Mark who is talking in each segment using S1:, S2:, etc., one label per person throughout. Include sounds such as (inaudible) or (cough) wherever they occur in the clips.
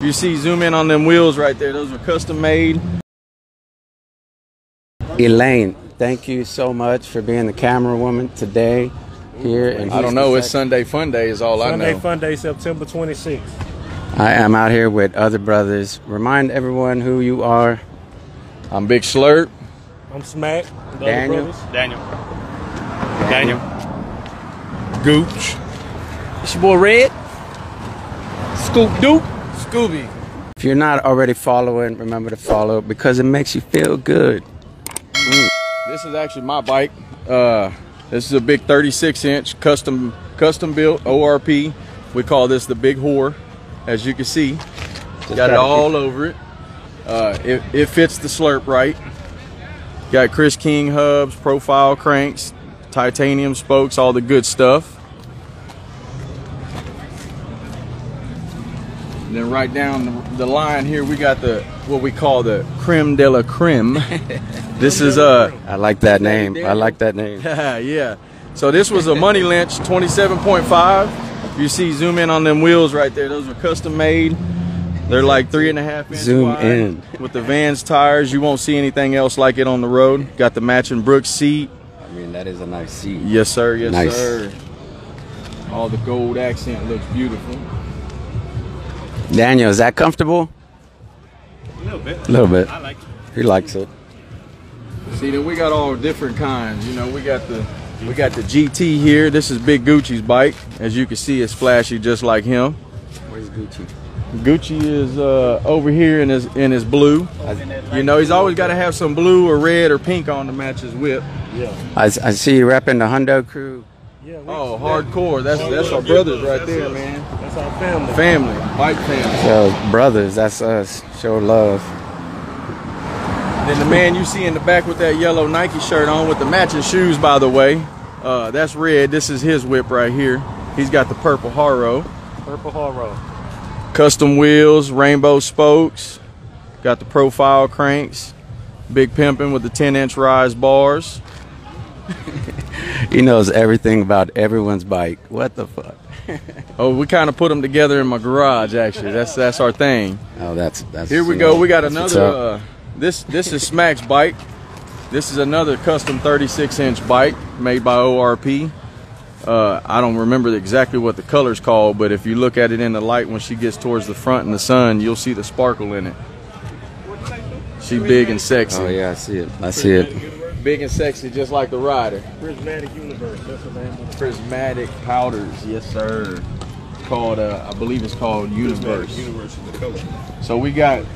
S1: You see, zoom in on them wheels right there. Those are custom made.
S2: Elaine, thank you so much for being the camera woman today here. In
S1: I don't
S2: Houston,
S1: know. It's
S2: Texas.
S1: Sunday Fun Day is all I
S3: Sunday
S1: know.
S3: Fun Day, September 26th.
S2: I am out here with other brothers. Remind everyone who you are.
S1: I'm Big Slurp.
S3: I'm Smack. The
S2: Daniel.
S3: Other brothers.
S4: Daniel. Daniel.
S1: Gooch.
S4: It's your boy Red. Scoop Duke.
S1: Scooby.
S2: If you're not already following, remember to follow because it makes you feel good.
S1: This is actually my bike. Uh, this is a big 36 inch custom custom built ORP. We call this the Big Whore, as you can see. Got
S2: gotta
S1: it all over it. Uh, it. It fits the slurp right. Got Chris King hubs, profile cranks, titanium spokes, all the good stuff. And then right down the, the line here, we got the what we call the creme de la creme. this is uh
S2: I like that name. I
S1: Daniel.
S2: like that
S1: (laughs)
S2: name.
S1: yeah. So this was a Money Lynch 27.5. You see, zoom in on them wheels right there. Those are custom made. They're like three and a half inch
S2: Zoom
S1: wide.
S2: in.
S1: With the van's tires, you won't see anything else like it on the road. Got the matching Brooks seat.
S2: I mean, that is a nice seat.
S1: Yes, sir. Yes,
S2: Nice.
S1: sir. All the gold accent looks beautiful.
S2: Daniel, is that comfortable?
S4: A little bit.
S2: A little bit.
S4: I like it.
S2: He likes it.
S1: See, then we got all different kinds. You know, we got the we got the GT here. This is Big Gucci's bike. As you can see, it's flashy just like him.
S2: Where's Gucci?
S1: Gucci is uh, over here in his in his blue. You know, he's always got to have some blue or red or pink on to match his whip.
S3: Yeah.
S2: I, I see you repping the Hundo crew.
S3: Yeah. we-
S1: Oh, hardcore! That's that's our brothers right there, man.
S3: That's our family.
S1: Family, bike family.
S2: Yo, brothers, that's us. Show love.
S1: Then the man you see in the back with that yellow Nike shirt on with the matching shoes, by the way, uh, that's red. This is his whip right here. He's got the purple Haro,
S3: Purple Horror.
S1: custom wheels, rainbow spokes, got the profile cranks, big pimping with the 10-inch rise bars.
S2: He knows everything about everyone's bike. What the fuck?
S1: Oh, we kind of put them together in my garage. Actually, that's that's our thing.
S2: Oh, that's that's.
S1: Here we go. We got
S2: that's what's
S1: another.
S2: up.
S1: Uh, this this is Smack's bike. This is another custom 36 inch bike made by ORP. Uh, I don't remember exactly what the color's called, but if you look at it in the light when she gets towards the front in the sun, you'll see the sparkle in it. She's big and sexy.
S2: oh yeah, I see it. I see it.
S1: Big and sexy, just like the rider.
S3: Prismatic Universe. That's the name of
S1: Prismatic powders, yes sir. Called, uh, I believe it's called Universe.
S4: Universe is the color.
S1: So we got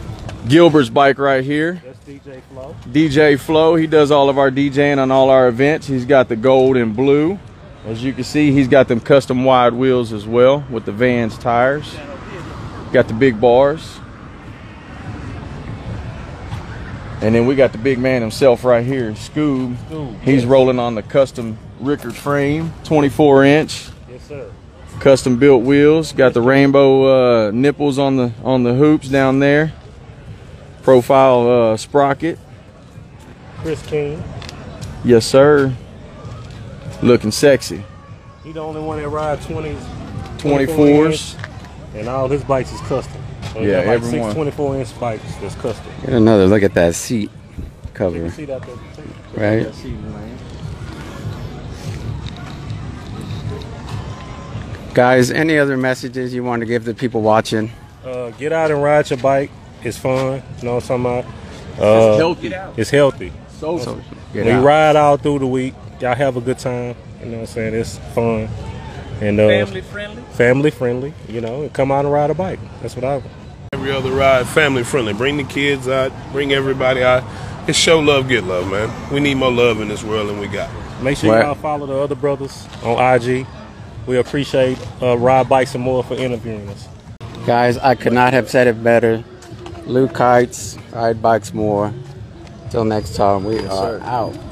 S1: Gilbert's bike right here.
S3: That's DJ Flow.
S1: DJ Flow, he does all of our DJing on all our events. He's got the gold and blue. As you can see, he's got them custom wide wheels as well with the Vans tires. Got the big bars. And then we got the big man himself right here, Scoob.
S3: Scoob,
S1: He's
S3: yes.
S1: rolling on the custom Rickard frame, 24 inch,
S3: Yes, sir.
S1: custom built wheels. Got the rainbow uh, nipples on the on the hoops down there. Profile uh, sprocket.
S3: Chris King.
S1: Yes, sir. Looking sexy.
S3: He the only one that rides 20s,
S1: 24s.
S3: and all his bikes is custom. So he
S1: Yeah,
S3: got like
S1: every
S3: six
S1: one.
S3: 24 inch bikes that's custom.
S2: Get another look at that seat
S3: You can
S2: cover,
S3: see that there. too.
S2: right? Guys, any other messages you want to give the people watching?
S3: Uh, get out and ride your bike. It's fun. You know what I'm talking about? Uh,
S1: Healthy.
S3: It's healthy.
S1: So
S2: Get
S3: we
S2: out.
S3: ride all through the week. Y'all have a good time. You know what I'm saying? It's fun. And uh,
S4: Family friendly.
S3: family friendly, you know, and come out and ride a bike. That's what I
S5: Every other ride, family friendly. Bring the kids out, bring everybody out. It's show love, get love, man. We need more love in this world than we got.
S3: make sure
S2: Right.
S3: y'all follow the other brothers on IG. We appreciate uh, Ride Bikes and More for interviewing us.
S2: Guys, I could not have said it better. Luke Kites, Ride Bikes More. Till next time, we are out.